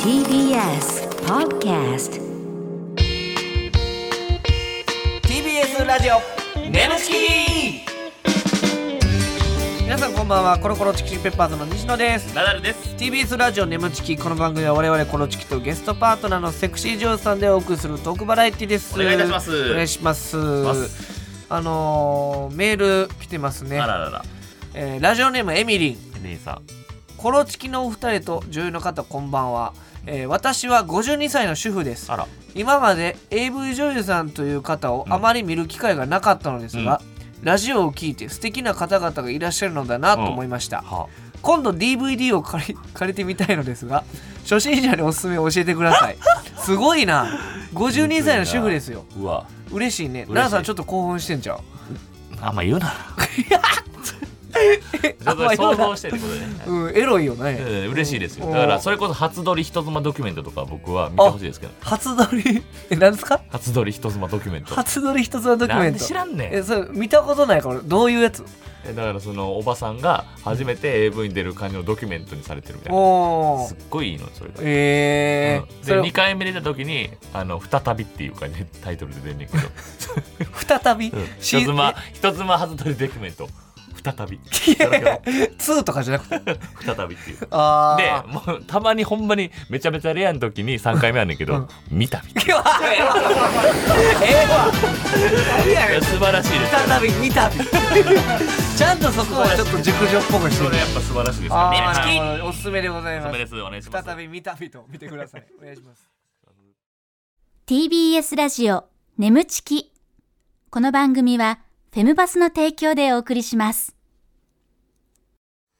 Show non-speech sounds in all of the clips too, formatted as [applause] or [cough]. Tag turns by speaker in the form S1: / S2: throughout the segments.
S1: TBS Podcast
S2: TBS ラジオ
S3: ムチキ
S2: 皆さんこんばんはコロコロチキチキペッパーズの西野です
S3: ナダルです。
S2: TBS ラジオネムチキこの番組は我々コロチキとゲストパートナーのセクシージョーさんでお送りするトークバラエティです
S3: お願いいたします
S2: お願いします
S3: ます
S2: あのー、メール来てますね
S3: あららら。
S2: えーラジオネームエミリン
S3: 姉さん。
S2: コロチキのお二人と女優の方こんばんは、えー私は52歳の主婦です
S3: あら。
S2: 今まで AV 女優さんという方をあまり見る機会がなかったのですが、ラジオを聞いて素敵な方々がいらっしゃるのだなと思いました、
S3: は。
S2: 今度 DVD を借り [laughs] 借りてみたいのですが初心者におすすめを教えてくだ
S3: [laughs]
S2: さいすごいな52歳の主婦ですよ
S3: うわ。
S2: 嬉しいね
S3: しい
S2: 奈々さんちょっと興奮してんじゃん
S3: あんま言うな。 [laughs] ちょっと想像してってことでね。 [laughs]
S2: うんエロいよ
S3: え
S2: ね
S3: ー嬉しいですよ。
S2: うん
S3: だからそれこそ初撮り人妻ドキュメントとか僕は見てほしいですけど。
S2: 初撮り [laughs] え何ですか
S3: 初撮り人妻ドキュメント。
S2: 初撮り一つのドキュメン
S3: なんで
S2: ト
S3: 知らんねん
S2: えそれ見たことないからどういうやつ
S3: えだからそのおばさんが初めて AV に出る感じのドキュメントにされてるみたいな。
S2: お
S3: す
S2: ー
S3: っごいいいのそれが。
S2: え
S3: うん
S2: ーそ
S3: で
S2: れ
S3: 2回目出た時に「あの再び」っていうかねタイトルで出んねんけど
S2: 再び、
S3: うん
S2: シーズ
S3: 人
S2: ン
S3: 妻人妻初撮りドキュメント再び
S2: 2とかじゃな [laughs] くて
S3: 再びっていう
S2: [laughs] あ
S3: で
S2: あ
S3: もうたまにほんまにめちゃめちゃレアの時に3回目あんねんけど、
S2: うん
S3: 見たみたい
S2: でええわ何やねん
S3: な素晴らしいです
S2: 再び見たび [laughs] ちゃんとそこはちょっと熟女っぽくして
S3: それ
S2: る
S3: やっぱ素晴らしいですよね
S2: あ
S3: はい
S2: ーおすすめでござい
S3: おすす
S2: ま
S3: め
S2: す
S3: ですお願いします
S2: 再び見たびと見てくだ [laughs] さいお願いします
S1: TBS ラジオ眠ちきこの番組はフェムバスの提供でお送りします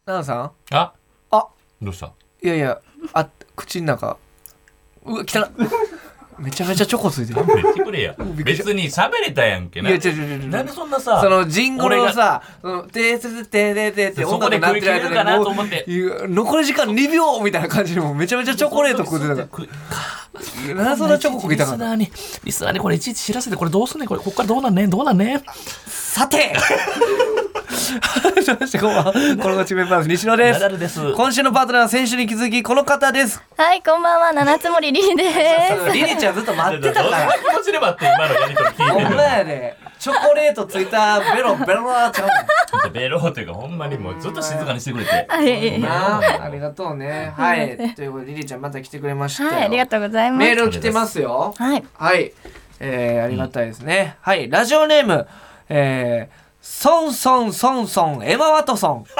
S2: 奈々さ
S3: あ
S2: あ
S3: どうした
S2: んいやいやあ口の中うわ汚っめちゃめちゃチョコつ [laughs] いてる
S3: 勘弁してくれや
S2: んびっくりした
S3: 別に喋れたやんけ
S2: い
S3: な
S2: や違う違う違う違う
S3: なんでそんなさ
S2: そのジングルを
S3: 俺
S2: さ、そのてーてーてーてーてーって
S3: そ
S2: 音楽
S3: こで
S2: になってる
S3: 食い切れるかな
S2: 間
S3: と
S2: に
S3: 思
S2: も
S3: って
S2: ういう残り時間2秒みたいな感じでもうめちゃめちゃチョコレート食ってたか
S3: 食い
S2: ら。なんでそんなチョコ食いたかっ
S3: リス
S2: た
S3: ナーにリスナーにこれいちいち知らせてこれどうすんねんこれこっからどうなんねんどうなんねん
S2: さ [laughs] てどうしてこんばんは。このチメンバーズ西野で
S3: ナ
S2: す
S3: ダ。ルです
S2: 今週のパートナーは先週に気づき、この方です。
S4: はい、こんばんは、七つ森りりです。
S2: リリちゃんずっと待ってた
S3: どん
S2: か
S3: な
S2: ら。
S3: 気持ちで待って今のやりとり聞い
S2: ほ
S3: て
S2: ん
S3: る
S2: まやで。チョコレートついたベロベロなちゃう
S3: ちょっとベローというかほんまにもうずっと静かにしてくれて
S4: [laughs] あいえい
S2: も
S4: え
S2: んな [laughs] あ。ありがとうね。はい。ということで、リリちゃんまた来てくれましたよ。
S4: はい、ありがとうございます。
S2: メール来てますよ。
S4: はい、
S2: はい、えー、ありがたいですね。はい、ラジオネーム、えー、ソンソンソンソンエマ・ワトソン [laughs]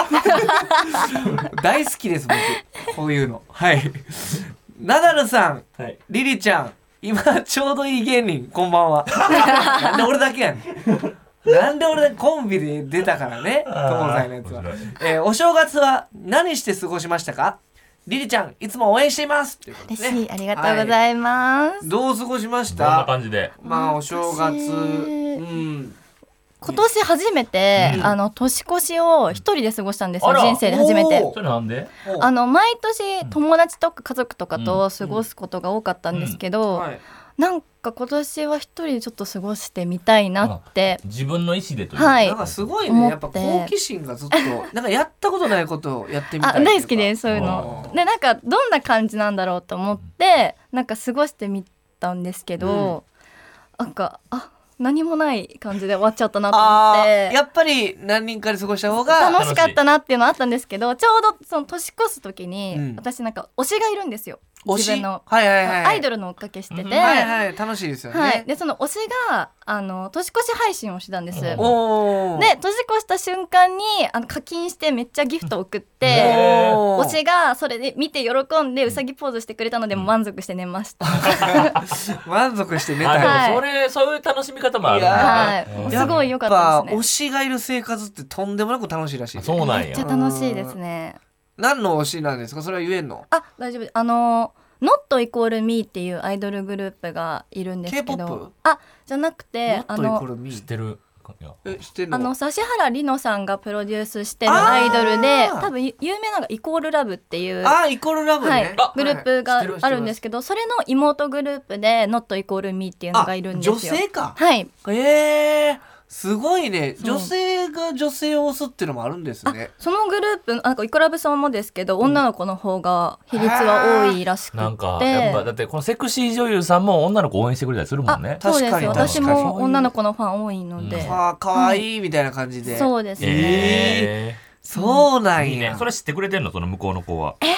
S2: 大好きです僕こういうのはいナダルさん
S3: はい
S2: リリちゃん今ちょうどいい芸人こんばんはなんで俺だけやねんなんで俺だけコンビで出たからね東西のやつは
S3: 面白い、
S2: えーお正月は何して過ごしましたかリリちゃんいつも応援していますということで
S4: 嬉
S2: すね
S4: しい、ありがとうございます。
S2: どう過ごしまし
S3: どんな
S2: た
S3: 感じで
S2: まあお正月、
S4: 私
S2: うん、
S4: 今年初めて、あの年越しを一人で過ごしたんですよ、
S3: あら
S4: 人生で初め
S2: お
S4: て。
S3: それなんで
S4: あ
S2: の、
S4: の毎年友達とか家族とかと過ごすことが多かったんですけど、
S2: はい、
S4: なんか今年は一人でちょっと過ごしてみたいなって、
S3: 自分の意思でという
S4: はい
S2: なんかすごい
S4: 思
S2: ね
S4: って
S2: やっぱ好奇心がずっとなんかやったことないことをやってみたい
S4: あ大好きですすそういうの。でなんかどんな感じなんだろうと思ってなんか過ごしてみたんですけど、なんかあ何もない感じで終わっちゃったなと思
S2: あ
S4: っ
S2: ー
S4: て
S2: やっぱり何人かで過ごした方が
S4: 楽しかったなっていうのはあったんですけどちょうどその年越す時に、
S2: うん
S4: 私なんか推しがいるんですよ
S2: 推
S4: 自
S2: し
S4: 分の、
S2: はいはいはい
S4: アイドルの追っかけしてて、
S3: うん
S2: はいはい楽しいですよね、
S4: はいでその推しがあの年越し配信をしてたんです。
S3: うん
S4: で
S2: おお
S4: 年越した瞬間にあの課金してめっちゃギフト送って。
S2: おー
S4: 推しがそれで見て喜んでうさぎポーズしてくれたので満足して寝
S2: [laughs]
S4: ました。
S2: [laughs] 満足して寝
S3: あ
S2: た
S3: で
S2: よ、
S3: も
S4: はい
S3: それそういう楽しみ方もあるん
S2: は
S3: だ
S4: は
S3: ね
S4: い、
S3: うん
S4: すごい
S2: や
S4: 良
S2: っ
S4: かった
S2: ぱ
S4: です
S2: 推
S4: ね。
S2: しがいる生活ってとんでもなく楽しいらしい
S3: あそうなん
S4: めっ
S3: や
S4: ちゃ楽しいですね。
S2: 何の推しなんですかそれは言えんの
S4: あ、大丈夫です。あのノットイコールミーっていうアイドルグループがいるんですけど、
S2: K-POP？
S4: あ、じゃなくて
S2: もっ
S4: あ
S2: とイコー
S4: の
S2: ルミ
S3: 知ってるいや
S2: え知ってんの
S4: あの指原莉乃さんがプロデュースしてる
S2: あー
S4: アイドルで、多分有名なのがイコールラブっていう。
S2: あーイコールラブね、
S4: はい
S3: あ、
S4: グループ
S2: はい
S4: が
S2: 知ってる
S4: あるんですけど、それの妹グループで「Not イコールミーっていうのがいるんですよ。
S2: あ女性か
S4: はい
S2: ええすごいね
S4: そう
S2: 女性が女性を押すっていうのもあるんですね
S4: そのグループなんかイコラブさんもですけど女の子の方が比率は多いらしくて
S3: なんかやっぱだってこのセクシー女優さんも女の子応援してくれたりするもんね
S4: あそう
S2: 確
S4: で
S2: か
S4: す
S2: に
S4: 私
S3: 確か
S4: も
S2: に
S4: 女の子のファン多いので、
S3: うん
S2: ああ可愛いみたいな感じで、
S4: そうですね、
S3: え
S2: そうな
S3: ー
S2: ん
S3: いいね
S2: や
S3: それ知ってくれてんのその向こうの子は
S4: えー、ど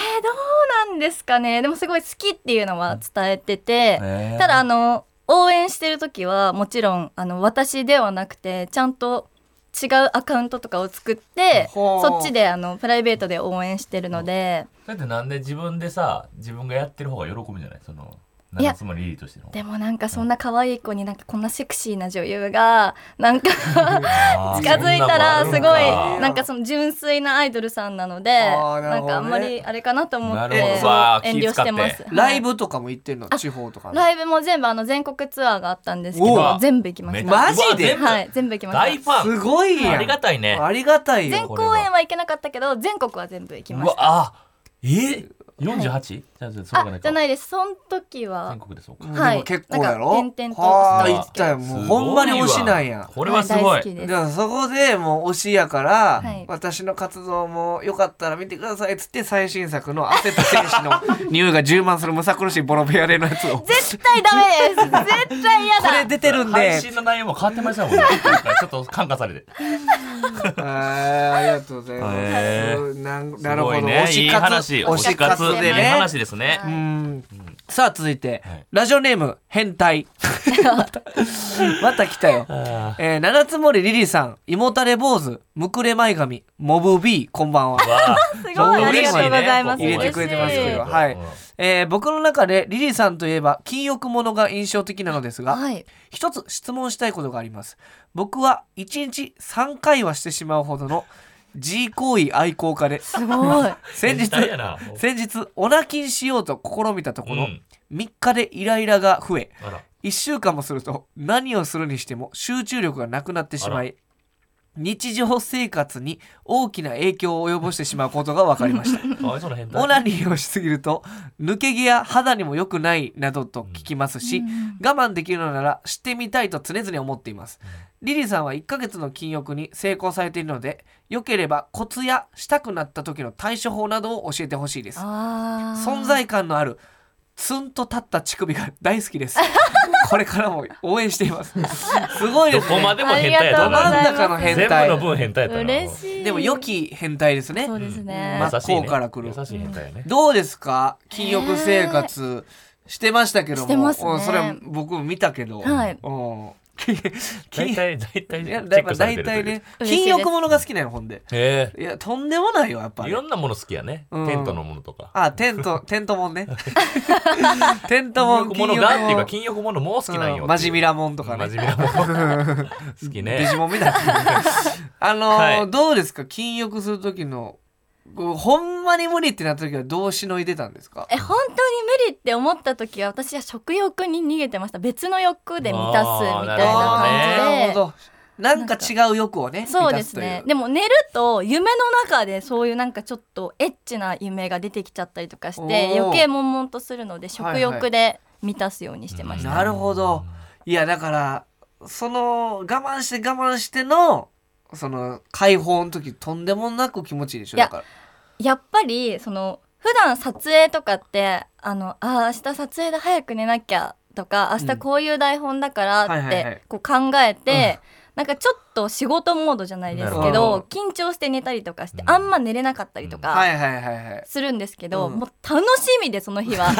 S4: うなんですかねでもすごい好きっていうのは伝えてて、
S3: えー
S4: ただあの応援してる時はもちろんあの私ではなくてちゃんと違うアカウントとかを作って
S2: ほう
S4: そっちであのプライベートで応援してるので
S3: だってなんで自分でさ自分がやってる方が喜ぶんじゃないその
S4: いや
S3: つまりリリーとしての
S4: でもなんかそんな可愛い子になんかこんなセクシーな女優がなんか
S3: あー
S4: 近づいたら
S3: そ
S4: すご
S3: ん
S4: い
S3: なもんあるんだ
S4: なんかその純粋なアイドルさんなので
S2: あーな
S4: な
S2: る
S4: ん
S2: ほどね
S4: かあんまりあれかなと思
S3: な
S4: っ
S3: るほ
S4: て
S3: どうわー
S4: 遠慮してます
S3: 気遣
S2: ライ
S4: ブ
S2: ブとかも行ってるの地方とかの
S4: ライブも全部あの全国ツアーがあったんですけ
S2: う
S4: ど
S3: わ
S4: 全部行きまし
S3: め
S4: た
S3: っちゃ
S2: マジで
S3: うわ
S4: は
S3: 全
S4: い、全部行き
S3: 部
S4: ま
S3: 大
S4: し
S3: ファン
S2: すごいやん
S3: ありがたいね
S2: ありがたい
S4: た。
S2: よ
S4: 全公演は行けなかったけど、全国は全部行き
S3: う
S4: ま
S3: わ
S4: した。
S3: あえ四十八じゃあそうかな
S4: あ
S3: い、
S4: じ
S3: か
S4: ゃないです。その時は
S3: 全、国でそう
S2: う
S3: か
S2: ん
S4: はい
S2: でも結構やろ
S4: なんか点々と
S2: はあ
S3: して
S2: 行
S3: ま
S2: っ
S3: すけ
S2: たよもうほんまに推しなんや
S3: これはすご
S4: 大好
S3: い
S4: き
S2: だ
S4: で
S2: か
S4: す。
S2: らそこでもう推しやから、
S4: はい
S2: 私の活動もよかったら見てくださいっつって最新作の「汗と天使」
S3: [laughs]
S2: の匂いが充満するむさ苦しいボロベアレの
S4: [laughs]
S2: やつをこ
S4: 絶対ダメです。絶対嫌だ。
S2: れ出てるんで
S3: 配信の内容も変わってましたもんねなんかちょっと感化されて
S2: あーありがとうございます、
S3: へ
S2: なん
S3: す
S2: なるほ
S3: ご
S2: ど、
S3: いね
S2: 推
S3: いい
S2: し活
S3: 話推し活いい
S2: でね
S3: 話ですね
S2: う
S4: は
S2: んさあ続いて、
S3: はい
S2: ラジオネーム変態 [laughs] またまた来たよ
S3: あ
S2: えー、七つ森リリーさん、胃もたれ坊主、むくれ前髪、モブ B、こんばんは。
S3: ーわ
S4: すごい、
S2: どうも
S4: ありがとうございます。
S2: 入れてくれてます
S4: 嬉し
S2: これ
S4: い
S2: ははい
S3: うん
S2: えー、僕の中でリリーさんといえば、禁欲者が印象的なのですが、
S4: はい。
S2: 一つ質問したいことがあります。僕は1日3回はしてしまうほどの G 行為愛好家で、
S4: すごい。
S2: 先日
S3: 変、態やな
S2: 先日、オナキンしようと試みたとこ
S3: う
S2: ろ、
S3: ん
S2: 3日でイライラが増え、 [laughs]
S3: あら
S2: 1週間もすると何をするにしても集中力がなくなってしまい日常生活に大きな影響を及ぼしてしまうことが分かりました
S3: [laughs] かわいそうな変態
S2: オナニーをしすぎると抜け毛や肌にも良くないなどと聞きますし、我慢できるのならしてみたいと常々思っていますリリーさんは1ヶ月の禁欲に成功されているので良ければコツやしたくなった時の対処法などを教えてほしいです
S4: ああ。
S2: 存。在感のあるツンと立った乳首が大好き
S4: [laughs]
S2: ですこれからも応援していますすごいで
S3: ど
S2: す
S3: こま
S2: ね
S3: でも変態やった
S2: ど真
S4: ありがとうございま
S2: ん中の
S3: な
S4: す
S2: 変
S3: 全部の
S2: 態
S3: 分変態やったな
S4: 嬉しい。
S2: でも良。き変態ですね
S4: そうですね。
S2: ま
S3: 優しい
S2: 真っ向から来る
S3: 優しい変態やね
S2: どうですか禁欲生活してましたけども、
S4: してますね
S2: うんそれは僕も見たけど、
S4: はい
S2: うん [laughs]
S3: 大
S2: 禁
S3: 体大体
S2: い
S3: チ
S2: や
S3: ェ
S2: だい
S3: ック
S2: た
S3: されて
S2: 大
S3: るとい
S2: 体
S3: う
S2: ね
S4: 嬉しいです
S2: 禁欲ものが好きなのほんで
S3: へ
S2: いやとんでもないよやっぱ
S3: えい
S2: り
S3: ろんなもの好きやね
S2: うん
S3: テントのものとか
S2: あテントテントもん
S3: [laughs]
S2: ねテント
S3: 禁
S2: もん
S3: 欲ものがっていうか
S2: 禁
S3: 金欲ものも好き
S2: 欲
S3: なん
S2: も
S3: よ
S2: うんマジミ
S3: ラ
S2: ラモンとかね
S3: 真面目なもの
S2: [laughs]
S3: 好き
S2: デ
S3: ね
S2: ジモンみたいな。あのー
S3: [laughs] はい
S2: どうですか禁欲する時のこうほんまに無理ってなった時はどうしのいでたんですか
S4: え本当に無理って思った時は私は食欲に逃げてました別の欲で満たすみたい
S3: あ
S4: な感じで
S2: なるほど。なんか違う欲をね。
S4: そうです
S2: 満た
S4: ね
S2: という
S4: でも寝ると夢の中でそういうなんかちょっとエッチな夢が出てきちゃったりとかし
S2: お
S4: て
S2: ー
S4: 余計悶々とするので食欲で満たすようにしてました、
S2: なるほど。いやだからその我慢して我慢してのその解放の時とんでもなく気持ちいいでしょ。
S4: いや
S2: だから
S4: やっぱりその普段撮影とかってあのあー明日撮影で早く寝なきゃとか明日こういう台本だから
S2: うんはい
S4: っ
S2: はいはい
S4: てこう考えて、なんかちょっと仕事モードじゃないですけ
S2: なるほ
S4: ど緊張して寝たりとかして
S3: うん
S4: あんま寝れなかったりと
S2: は
S4: か
S2: いはいはいはい。
S4: するんですけど、
S2: うん
S4: もう楽しみでその
S2: [laughs]
S4: 日は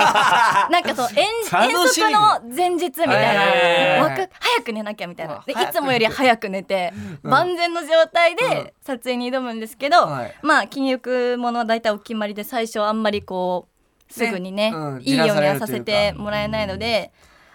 S4: なんかそう遠
S2: 楽
S4: 遠
S2: しみ
S4: 足の前日みたい
S2: へ
S4: な
S2: ー
S4: わか早く寝なきゃみたいなでい
S2: うん早く
S4: つもより早く寝て、
S2: うん
S4: 万全の状態
S2: うん
S4: で撮影に挑むんですけど、
S2: はい
S4: まあ禁欲ものは大体お決まりで最初あんまりこうすぐにね
S2: ねうん
S4: いいよう
S2: じら
S4: に
S2: されると
S4: は
S2: い
S4: さ
S2: うか
S4: せてもらえないので、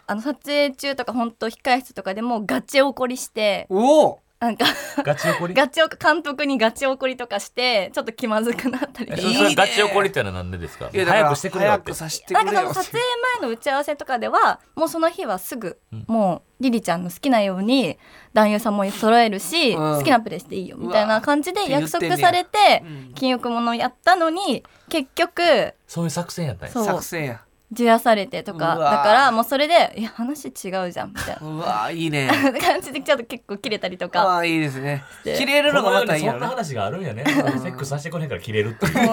S4: あの撮影中とか本当控室とかでもガチ怒りして
S2: おお。
S4: なんか
S3: ガチ怒り
S4: ガチお監督にガチ怒りとかしてちょっと気まずくなったり
S3: え
S4: と
S3: そ
S4: か
S3: れそれガチ怒りってのはなんでですか
S2: いやだから
S3: 早くしてくれよっ
S2: 早
S3: て
S2: くさせてく
S4: なん
S2: れ
S4: か
S2: よ
S4: その撮影前の打ち合わせとかではもうその日はすぐ、
S3: うん
S4: もうリリちゃんの好きなように男優さんも揃えるし、
S2: うん
S4: 好きなプレイしていいよみたいう
S2: わ
S4: な感じで約
S2: って言っ
S4: 束
S2: てん
S4: さ
S2: ねや
S4: れて
S2: うん
S4: 禁欲ものやったのに結局
S3: そういう作戦やったんや
S4: そう
S2: 作戦や。
S4: じらされてとか
S2: うわー
S4: だからもうそれで「いや話違うじゃん」みたいう
S2: わーいいね
S4: な感じでちょっと結構切れたりとか
S2: ああーいいですね
S4: で
S2: 切れるのがまたいい
S3: そ
S2: よ
S3: んな
S2: ね
S3: 話があるんや
S2: [laughs]
S3: ね。セックスさせてこれへんから切れるっていう。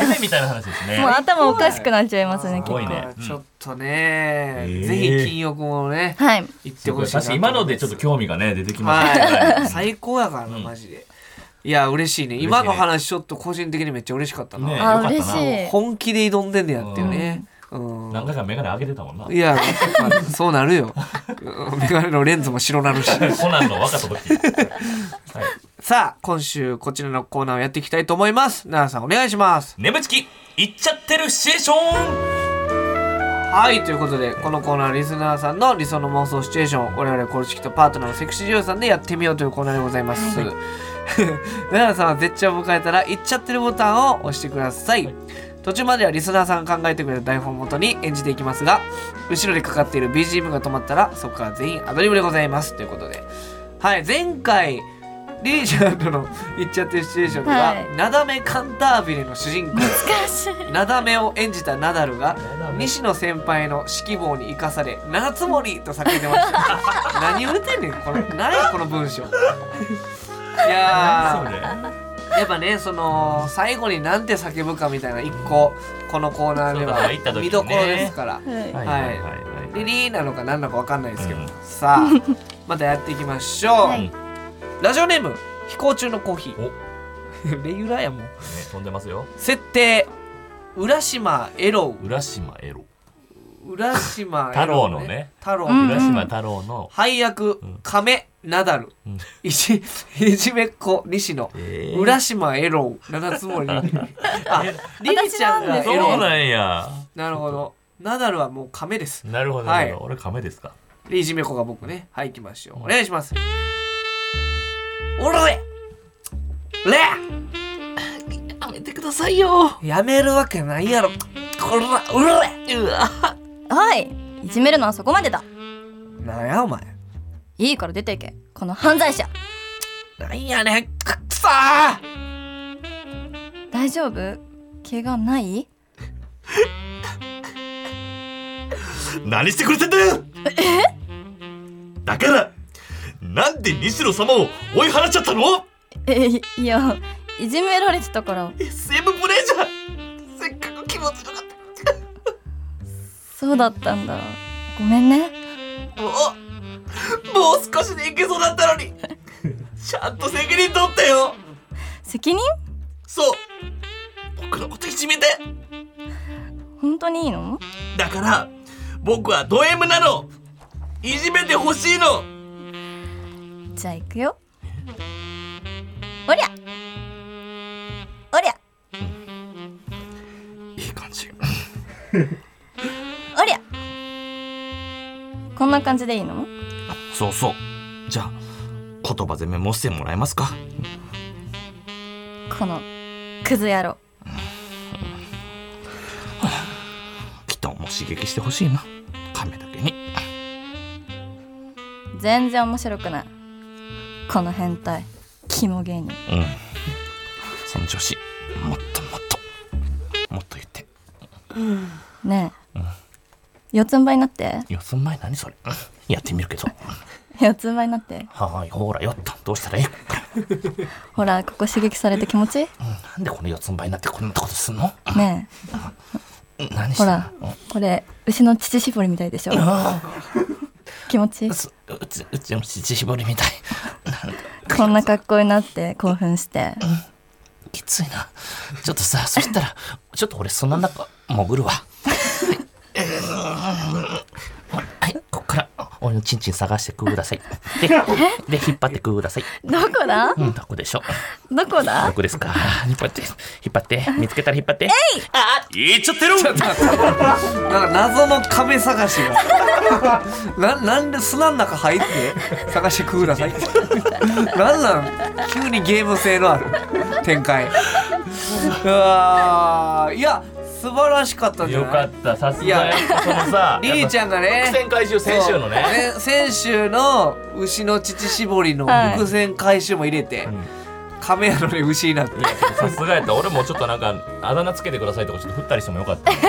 S3: 夢みたいな話ですね。
S4: もう頭おかしくなっちゃいますね
S3: す
S4: 結
S3: ご
S4: 構
S3: いねうん
S2: ちょっとね、
S3: えー
S2: ぜひ金欲もね
S4: はい
S2: 行って
S3: すご
S2: ほ
S3: い
S2: しいな
S3: 確かに今のでちょっと興味がね出てきましたね。
S2: はい、
S3: はい
S2: 最高やからな、
S3: うん
S2: マジで。いや、嬉しいね。
S3: 嬉しいね
S2: 今の話、ちょっと個人的にめっちゃ嬉しかったな。
S3: ね
S4: あ
S3: よかったな
S4: 嬉しい
S2: 本気で挑んでんねやっていうね。うん。
S3: 何回か眼鏡上げてたもんな。
S2: いや、やっぱそうなるよ。うんメガネのレンズも白なるし。
S3: コナンの若さ時。はい。
S2: さあ、今週、こちらのコーナーをやっていきたいと思います。奈良さん、お願いします。
S3: 眠ちき行っちゃってるシチュエーション。
S2: はい、ということで、このコーナーはリスナーさんの理想の妄想シチュエーションを、我々コルチキとパートナーのセクシー女優さんでやってみようというコーナーでございます。奈良さんは絶頂を迎えたら、行っちゃってるボタンを押してください。途中まではリスナーさんが考えてくれた台本をもとに演じていきますが、後ろでかかっている BGM が止まったら、そこから全員アドリブでございます。ということで。はい、前回、リージャードの行っちゃってるシチュエーションでは、
S4: はい
S2: なだめカンタービレの主人 [laughs] 公、
S4: 難しい
S2: なだめを演じたナダルが西野先輩の指揮棒に生かされ「七つ森」と叫んでました
S3: [laughs]
S2: 何言うてんねんこの何やこの文章い
S3: そう
S2: や
S3: ね。
S2: ーやっぱねその最後になんて叫ぶかみたいな一個このコーナーで
S3: そうだ行った時
S2: は
S3: にね
S2: 見どころですから、
S4: はい
S3: はい
S2: はい
S3: はいはい。
S2: リリーなのか何なのか分かんないですけど、
S3: うん
S2: さあまたやっていきましょう、
S3: はい
S2: ラジオネーム飛行中のコーヒー [laughs] レギュラーやもん
S3: ね飛んでますよ。
S2: 設定浦島エロウ
S3: 浦島エロ。
S2: 浦島
S3: 太郎のね
S2: 太郎、
S4: うん
S3: 浦島太郎の。
S2: 配役
S3: うん
S2: 亀ナダル、
S3: うん
S2: いじいじめっ子西野、
S3: え
S2: 浦島エロウ七つ
S3: [laughs]
S2: 森あリリちゃんがエ
S3: そう
S2: ロな
S3: なんや。
S2: なるほどナダルはもう亀です
S3: なるほど。
S2: はい
S3: なるほど俺亀ですか。
S2: でいじめっ子が僕ねはい行きましょうお願いしますおられれ
S3: やめてくださいよ。
S2: やめるわけないやろこらおられうわ
S4: はいいじめるのはそこまでだ
S2: なんやお前
S4: いいから出ていけこの犯罪者
S2: なんやねんくっさー
S4: 大丈夫怪我ない
S3: 何してくれてんだよだからなんで西野様を追い払っちゃったの
S4: えいいやいじめられてたから
S3: ?SM プレイじゃんせっかく気持ちよかっ
S4: そうだったんだごめんね
S3: たもうもう少しでいけそうだったのにちゃんと責任取ってよ
S4: 責任
S3: そう僕のこといじめて
S4: 本当にいいの
S3: だから僕はド M なのいじめてほしいの
S4: じゃあ行くよおりゃおりゃ
S3: いい感じ
S4: おりゃこんな感じでいいの
S3: そうそうじゃあ言葉攻めもしてもらえますか
S4: このクズ野郎
S3: きっとも刺激してほしいな亀だけに
S4: 全然面白くないこの変態キモ芸
S3: う
S4: 人
S3: んその調子もっともっともっと言って
S4: ねえ、四つん這いになって
S3: 四つん這い何それうんやってみるけど
S4: 四つん這いになって
S3: はーいほらよっとどうしたらいいか
S4: ほらここ刺激されて気持ちいい
S3: なんでこの四つん這いになってこんなことすんの
S4: ねえ
S3: うん何して
S4: ほ
S3: んの
S4: らこれ牛の乳搾りみたいでしょ
S3: あ
S4: [laughs] 気持ちいい
S3: ーすうちうちの乳搾りみたいなんか
S4: こんな格好になって興奮して
S3: きついなちょっとさそしたらちょっと俺その中潜るわはいはいこっから俺のチンチン探してくださいでで引っ張ってください
S4: どこだ
S3: うんどこでしょう
S4: どこだ
S3: どこですか引っ張って、引っ張って、見つけたら引っ張って。えいあ言っちゃってる
S2: ちょっと待ってなんか謎の亀探し
S3: [laughs]
S2: がななんで砂の中入って探してくださいなんなん急にゲーム性のある展開うわーいや素晴らしかったんじゃ
S3: よ
S2: な
S3: か
S2: い
S3: った、さす
S2: いや
S3: がそのさ、
S2: リリーちゃんが
S3: やっぱ伏
S2: ね
S3: 線回収先週のね。
S2: そうね先週の牛の乳搾りの
S4: はい
S2: 伏線回収も入れて、亀やのに牛
S4: [laughs]
S2: なんて
S3: さすがやった俺もちょっとなんかあだ名つけてくださいとかちょっと振ったりしてもよかった、うん、
S2: あ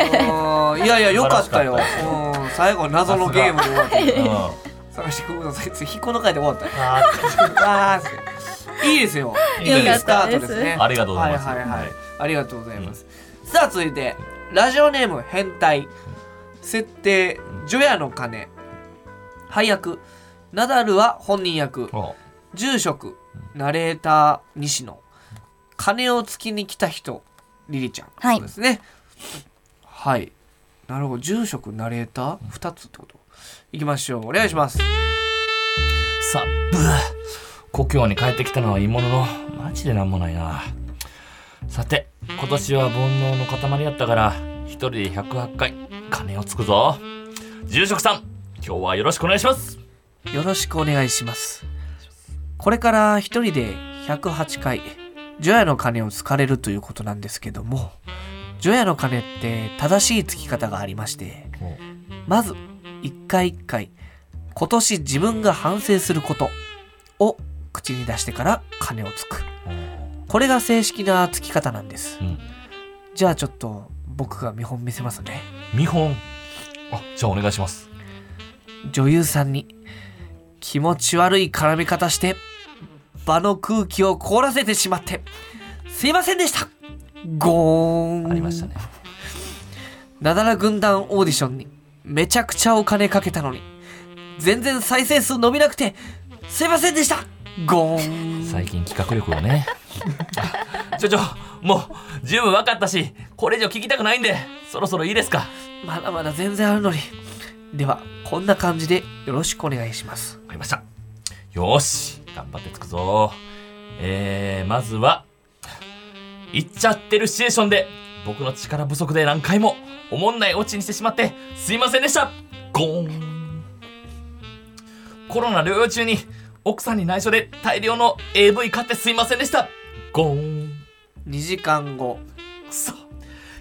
S2: ーいやいやよかったよ
S3: 素晴
S2: うん最後謎のゲームで終わった
S3: [laughs]
S2: けど
S3: あ
S2: 探してくださいつい引っこ抜かれて終わったよ
S3: ー
S2: あーいいですよ。い
S3: よ
S2: い
S3: か
S4: っ
S2: スタ
S4: た
S2: ー
S4: です
S2: トですね。
S3: ありがとうございます
S2: はいはいはい。
S3: はい
S2: ありがとうございます。さあ続いてラジオネーム変態設定除夜の鐘配役ナダルは本人役
S3: あ
S2: 住職ナレーター西野鐘をつきに来た人リリちゃん、
S4: はい
S2: そうですねはいなるほど住職ナレーター2つってこといきましょうお願いします
S3: サップ故郷に帰ってきたのはいいもののマジでなんもないなさて今年は煩悩の塊やったから一人で108回金をつくぞ住職さん今日はよろしくお願いします
S2: よろしくお願いします。これから一人で108回、除夜の鐘をつかれるということなんですけども、除夜の鐘って正しいつき方がありまして、まず、一回一回、今年自分が反省することを口に出してから鐘をつく。これが正式なつき方なんです。
S3: うん
S2: じゃあちょっと僕が見本見せますね。
S3: 見本あじゃあお願いします
S2: 女優さんに気持ち悪い絡み方して場の空気を凍らせてしまってすいませんでしたゴーン
S3: ありましたね
S2: なだら軍団オーディションにめちゃくちゃお金かけたのに全然再生数伸びなくてすいませんでしたゴーン
S3: 最近企画力がねあちょちょもう十分分かったしこれ以上聞きたくないんでそろそろいいですか
S2: まだまだ全然あるのにではこんな感じでよろしくお願いします
S3: わかりました。よーし、頑張ってつくぞ。えー、まずは、行っちゃってるシチュエーションで、僕の力不足で何回も、おもんないオチにしてしまって、すいませんでしたゴーンコロナ療養中に、奥さんに内緒で大量の AV 買ってすいませんでしたゴーン
S2: 2時間後
S3: くそ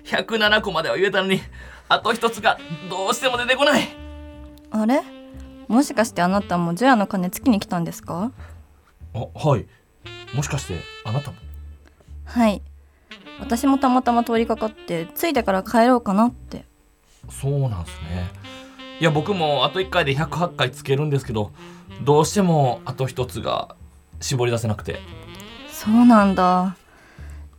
S3: 107個までは言えたのに、あと一つがどうしても出てこない
S4: あれもしかしてあなたも除夜の鐘つきに来たんですか
S3: あ、はい。もしかして、あなたも
S4: はい私もたまたま通りかかって着いてから帰ろうかなって
S3: そうなんですねいや僕もあと1回で108回つけるんですけどどうしてもあと1つが絞り出せなくて
S4: そうなんだ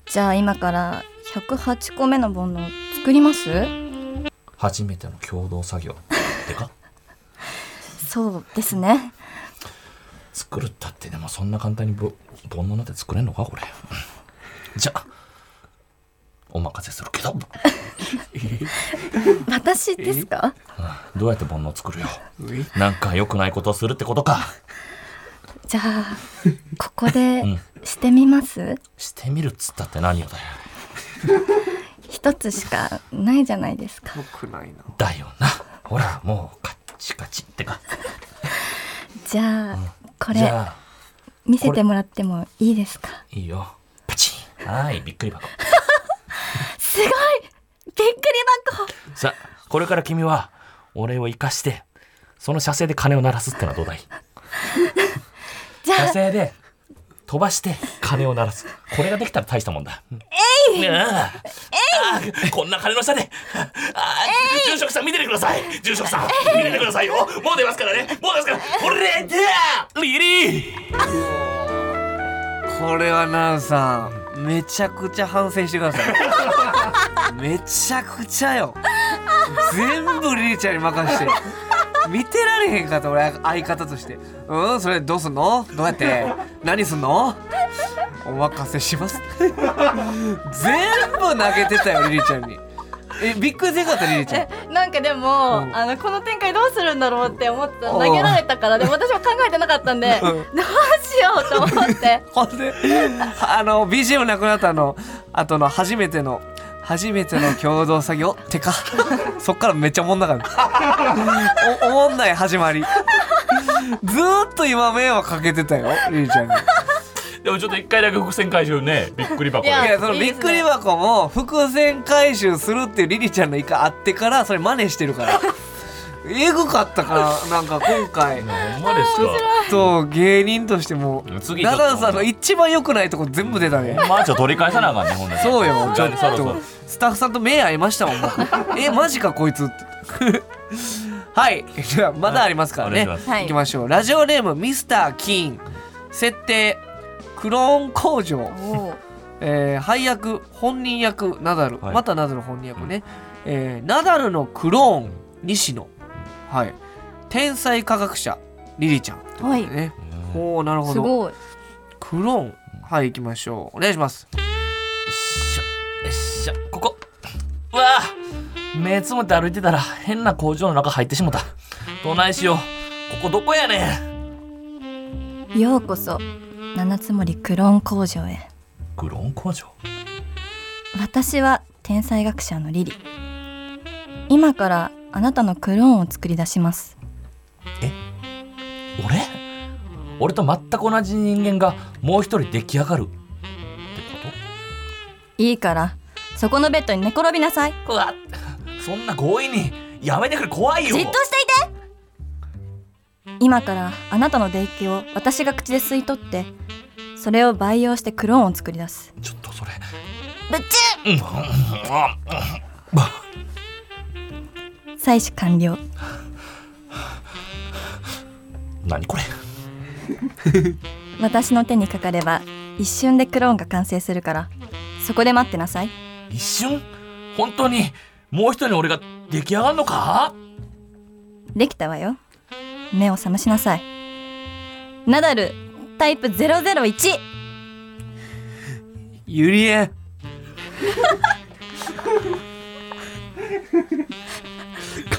S4: じゃあ今から108個目の煩悩作ります
S3: 初めての共同作業 [laughs] ってか
S4: そうですね
S3: 作るったってでもそんな簡単にぼ煩悩なんて作れんのかこれ [laughs] じゃあお任せするけど [laughs]
S4: 私ですか
S3: どうやって煩悩作るよなんか良くないことをするってことか
S4: じゃあここで
S3: うん
S4: してみます
S3: してみるっつったって何をだよ
S4: 一つしかないじゃないですか
S2: よくないな
S3: だよなほらもうカッチカチってか
S4: じゃあこ
S3: じ
S4: れ
S3: ゃあ
S4: 見せてもらってもいいですか
S3: いいよパチンはいびっくり箱
S4: すごいびっくり箱
S3: さあこれから君は俺を生かしてその射精で鐘を鳴らすってのはどうだい
S4: じゃ
S3: 射
S4: あ
S3: 精で飛ばして鐘を鳴らすこれができたら大したもんだえいああああこんな鐘の下でああ住職さん見ててください住職さん見ててくださいよもう出ますからねもう出ますからこれでリリー
S2: これはナウさんめちゃくちゃ反省してくださいめちゃくちゃよ全部リリちゃんに任して見てられへんかった俺相方としてうんそれどうすんのどうやって何すんのお任せします全部投げてたよリリちゃんにえびっくりせんかったリリちゃん
S4: なんかでも、
S2: うん
S4: あのこの展開どうするんだろうって思ってた
S2: お
S4: 投
S2: う
S4: げられたからでも私も考えてなかったんで、
S2: うん
S4: どうしようと思って
S2: ほんであの BGM なくなったの後の初めての初めての共同作業てか [laughs] そっからめっちゃおもんなかったおおもんない始まりずーっと今迷惑かけてたよりりちゃん
S4: [laughs]
S2: に
S3: でもちょっと一回だけ伏線回収ねびっくり箱
S4: いや
S2: いやその
S4: いい
S2: び
S4: で
S2: っ
S4: すね
S2: くり箱も伏線回収するっていうりりちゃんの一回あってからそれ真似してるからえぐかったからなんか今
S3: [laughs]
S2: 回
S3: ほんまですか
S2: と芸人としても
S3: 次ちょ
S2: ダ
S3: っと
S2: ダンさんの一番良くないとこ全部出たね
S3: ほんまちょっと取り返さなあかんねほんなら
S2: そうよち
S3: じ
S2: ょ
S3: ゃあ
S2: っ
S3: そろそ
S2: と
S3: ろ
S2: スタッフさんと目合いましたもん
S3: [laughs]
S2: 僕えマジかこいつってはいじゃあまだありますから
S3: お願
S2: ね、
S3: いします
S5: はい
S2: いきましょうラジオネームミスター・キーン設定クローン工場、
S5: おー
S2: えー配役本人役ナダル、
S3: はい
S2: またナダル本人役ね、えーナダルのクローン西野はい天才科学者リリちゃんということでね、
S3: うん
S2: おおなるほ
S5: す
S2: ど
S5: ごい
S2: クローンはい行きましょうお願いします
S3: よっしゃよっしゃここうわあ目つむって歩いてたら変な工場の中入ってしもたどないしようここどこやねん
S5: ようこそ七つ森クローン工場へ
S3: クローン工場
S5: 私は天才学者のリリ今からあなたのクローンを作り出します
S3: 俺俺と全く同じ人間がもう一人出来上がるってこ
S5: いいからそこのベッドに寝転びなさい
S3: とうわそんな強引にやめてくれ怖い
S5: じっと
S3: よ
S5: していて今からあなたの電気を私が口で吸い取ってそれを培養してクローンを作り出す
S3: ちょっとそれ
S5: ぶっちゅ採取完了
S3: 何これ
S5: 私の手にかかれば一瞬でクローンが完成するからそこで待ってなさい
S3: 一瞬本当にもう一人俺が出来上がるのか
S5: できたわよ目を覚ましなさいナダルタイプ001
S2: ゆりえん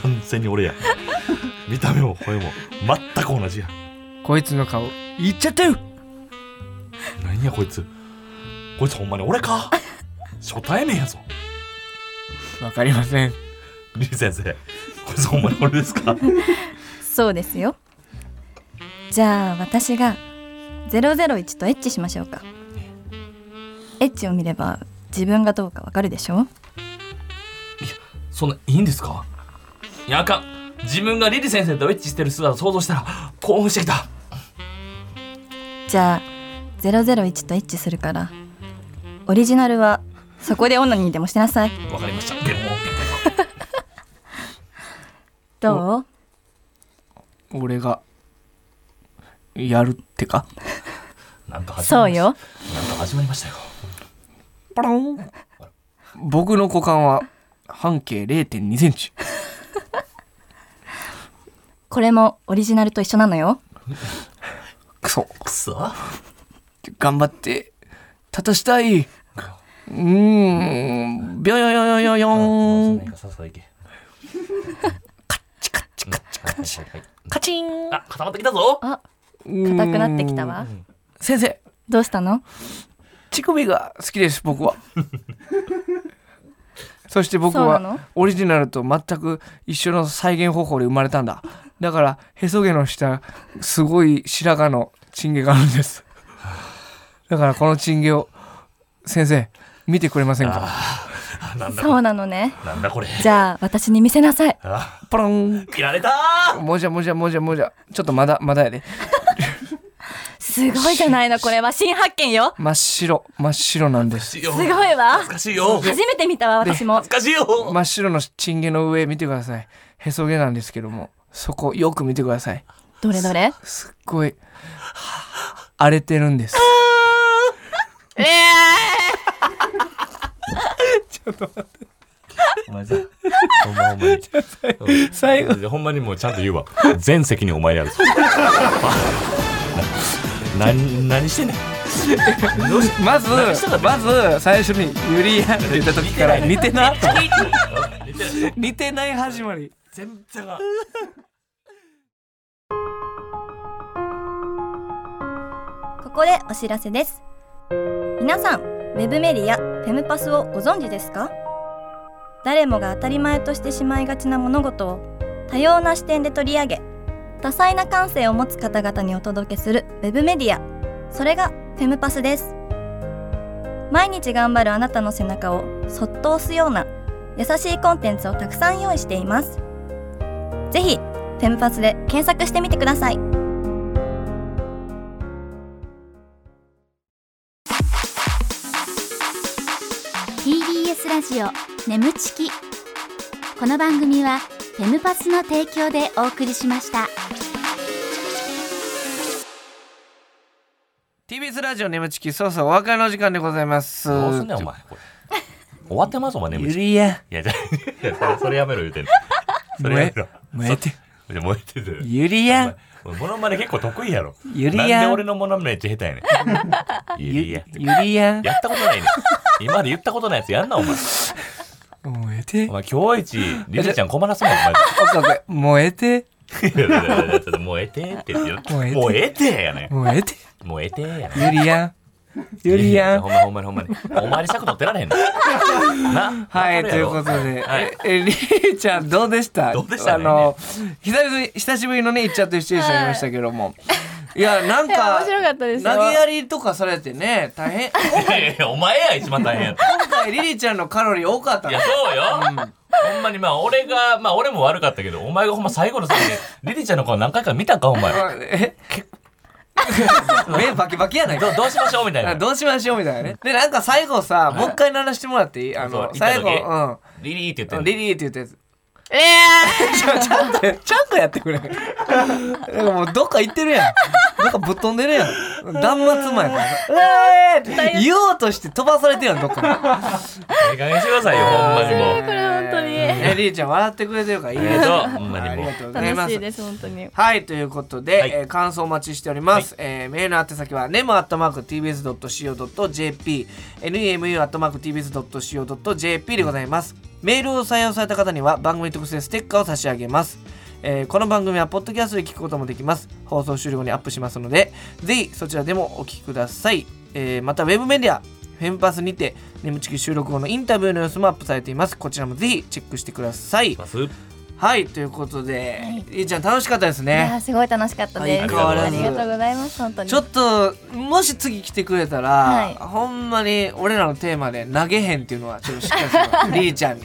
S6: 完全に俺や見た目も声も全く同じや
S2: こいつの顔いっちゃってる
S6: 何やこいつこいつほんまに俺か初対面やぞ
S2: わかりません
S6: リリ先生こいつほんまに俺ですか
S5: そうですよじゃあ私が001とエッチしましょうかエッチを見れば自分がどうかわかるでしょ
S3: そんないいんですかいやあかん自分がリリ先生とウェッチしてる姿を想像したら興奮してきた
S5: じゃあ001とエッチするからオリジナルはそこでオナニーでもしてなさい
S3: わかりましたでも
S5: どう
S2: 俺がやるってか
S3: なんか始ま
S5: そう
S3: りま
S5: よ
S3: したなんか始まりましたよ
S2: パロン僕の股間は半径0.2センチ
S5: これもオリジナルと一緒なのよ
S2: クソ
S3: くそ
S2: 頑張って立たしたいうーんビョヨヨヨヨヨーン
S3: ささいけカッチカッチカッチカッチ、
S2: カチン
S3: あ固まってきたぞ
S5: あ
S2: 硬
S5: 硬くなってきたわ
S2: 先生
S5: どうしたの
S2: 乳首が好きです僕
S5: [laughs]
S2: はそして僕
S5: そうな
S2: は
S5: の
S2: オリジナルと全く一緒の再現方法で生まれたんだだからへそ毛の下すごい白髪のチンゲがあるんですだからこのチンゲを先生見てくれませんか
S3: あなんだこ
S5: そうなのね
S3: れなんだこれ
S5: じゃあ私に見せなさい
S3: あ
S2: ポロン
S3: 切られた
S2: もじゃもじゃもじゃもじゃちょっとまだまだやです
S5: ごいじゃないのこれは新発見よ
S2: 真っ白真っ白なんです
S3: す
S5: すごいわ
S3: 難しいよ
S5: 初めて見たわ私も
S3: 難しいよ
S2: 真っ白のチンゲの上見てくださいへそ毛なんですけどもそこよく見てください
S5: どれどれ
S2: すっごい荒れてるんです。
S5: え
S6: お前さほんまほんまに
S2: 最後
S6: いやほんまにもうちゃんと言うわ全責任お前にある
S3: [laughs]
S6: ぞな何何してんねん
S2: まずまず最初にユリアンって言った時から似てなと思って似てない始まり。
S3: 全然
S5: ここでお知らせです皆さんウェブメディアフェムパスをご存知ですか誰もが当たり前としてしまいがちな物事を多様な視点で取り上げ多彩な感性を持つ方々にお届けするウェブメディアそれがフェムパスです毎日頑張るあなたの背中をそっと押すような優しいコンテンツをたくさん用意しています
S4: ぜひフェムパスで検索してみてください
S1: ー TBS ラジオ眠ちきこの番組はフェムパスの提供でお送りしました
S2: TBS ラジオ眠ちきそうそうお別れの時間でございます
S3: どうすんねんお前これ終わってますお前眠
S2: ゆ
S3: ち
S2: りや
S3: いやじゃあいやそれそれやめろ言うてんのそれやめ
S2: 燃え
S3: ろ
S2: 燃えて
S3: そいや燃えてる
S2: ゆりや
S3: お前モノマネ結構得意やろ
S2: ゆりやん
S3: なんで俺のモノマネめっちゃ下手やねんゆりやん
S2: ゆりやん
S3: やったことないねん今まで言ったことないやつやんなお前
S2: 燃えて
S3: お前今日一リリちゃん困らすもんお前
S2: おかげ燃えて
S3: いやいやいやいやちょっともうええてって言って
S2: もうええて
S3: もうええてやね
S2: 燃えて
S3: んもうええてやねん
S2: ゆりやんゆりやん
S3: ほんまほんまにほんまにお前に尺取ってられへんのな
S2: はい、と
S3: わかる
S2: いう
S3: やろ
S2: ことで、
S3: はい
S2: え、えりーちゃん、どうでした
S3: どうでした
S2: あ
S3: ね
S2: の、久々に久しぶりのね、いっちゃってシチュエーションありましたけども。い
S3: [laughs]
S2: や、なんか、
S5: 面白かったですよ
S2: 投げやりとかされてね、大変。
S3: いやいやいやお前や一番大変やった
S2: 今回、リリーちゃんのカロリー多かった
S3: い
S2: ね
S3: や、そうよ。ほんまに、まあ、俺が、まあ、俺も悪かったけど、お前がほんま最後の最後に、リリちゃんの顔何回か見たか、お前。ど、
S2: え [laughs] 目バキバキやないか。
S3: どうしましょうみたい
S2: あ
S3: な。
S2: どうしましょうみたいなね。で、なんか最後さ、もう一回鳴らしてもらっていいあ
S3: そう
S2: の、
S3: 言った
S2: 最
S3: 時
S2: 後、うん。
S3: リリーって言って
S2: リ
S3: ん
S2: リーって言ったやつ。えー、ちゃんと、ちゃんとやってくれ。なんかもうどっか行ってるやん。どっかぶっ飛んでるやん。断末魔やからさ。うえーって言おうとして飛ばされてるやん、どっか
S3: の。ええ加減にしてくださいよ、ほんまにも
S5: これ本当に、
S2: に。ねリリーちゃん笑ってくれてるからいい
S3: ありがとうほんまにもう
S2: ありがとうございま
S5: 楽し
S2: す
S5: い。です本当に
S2: はい、ということで、
S3: はい
S2: えー感想お待ちしております。えーメールの宛先は、nemu.tbs.co.jp、nemu.tbs.co.jp でございます。メールを採用された方には、番組特製ステッカーを差し上げます。えーこの番組は、ポッドキャストで聞くこともできます。放送終了後にアップしますので、ぜひそちらでもお聞きください。えーまた、ウェブメディア、フェンパスにて、眠ちき収録後のインタビューの様子もアップされています。こちらもぜひチェックしてください。
S3: う。
S2: はい、ということで、りりちゃん楽しかったです
S5: い
S2: ね
S5: や。すごい楽しかったです
S2: 相変わ
S3: らず
S5: ありがとうございます本当に
S2: ちょっともし次来てくれたら、
S5: はい
S2: ほんまに俺らのテーマで投げへんっていうのはちょっとしっかりす
S5: [laughs]
S2: るリーちゃんに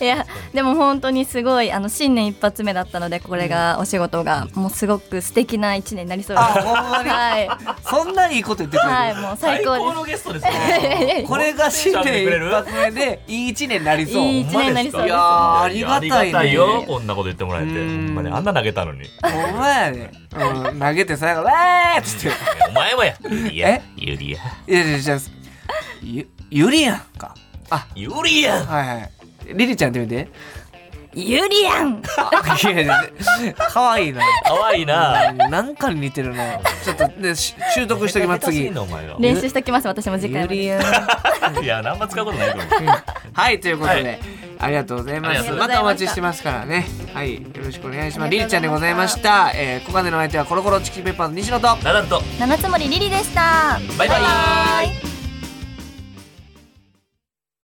S5: いやでも本当にすごいあの新年一発目だったのでこれがお仕事がもうすごく素敵な一年になりそうです。
S2: あほんまに
S5: はい
S2: そんないいこと言ってくれる、
S5: はいもう最
S3: 最
S5: 高
S3: 高
S5: で
S3: のゲストです
S5: す
S3: ね。
S2: これが新
S3: 喋って
S2: 年
S3: くれる
S2: 一発目でいい一年になりそう
S5: いい一年になりそうで
S2: い
S5: す
S2: やーありがたいね
S3: ありがたいよ、こんなこと言ってもらえて。
S2: う
S3: ほ
S2: ん
S3: んまに、あんな投げたのに。
S2: ほんまやね、うん、投げて最後「わー!」っつって
S3: お前はや。ゆりや
S2: え。
S3: ゆりや。
S2: いやいやいやゆゆりやんか
S3: ゆりや。
S2: はいはいリリちゃんってみ
S5: [laughs]
S2: て
S5: ユリアン
S2: いやいやかわいいな
S3: かわいいな。
S2: なんかに似てるなちょっとねし習得しときます
S3: 下手くそ
S2: 次
S3: いなお前が
S5: 練習しておきます私も次回
S2: ゆ
S5: まで
S2: りやん
S3: いや、あんま使うことないと思う。
S2: はい、ということで、
S3: は
S2: ありがとうございま
S3: あり
S2: す。
S3: が
S2: ま
S3: とう
S5: ございました
S2: たお待ちしてますからね。はい、よろしくお願いします。
S5: あ
S2: り
S5: り
S2: り
S5: が
S2: ち
S5: と
S2: ゃ
S5: うん
S2: で
S5: ご
S2: ござ
S5: ざ
S2: い
S5: い
S2: ま
S5: ま
S2: し。
S5: した
S2: えー、コカネの相手はコロコロチキペッパーの西野と。
S3: ナダルと、
S5: 七つ森リリでした。
S3: バイバイ。
S5: バイ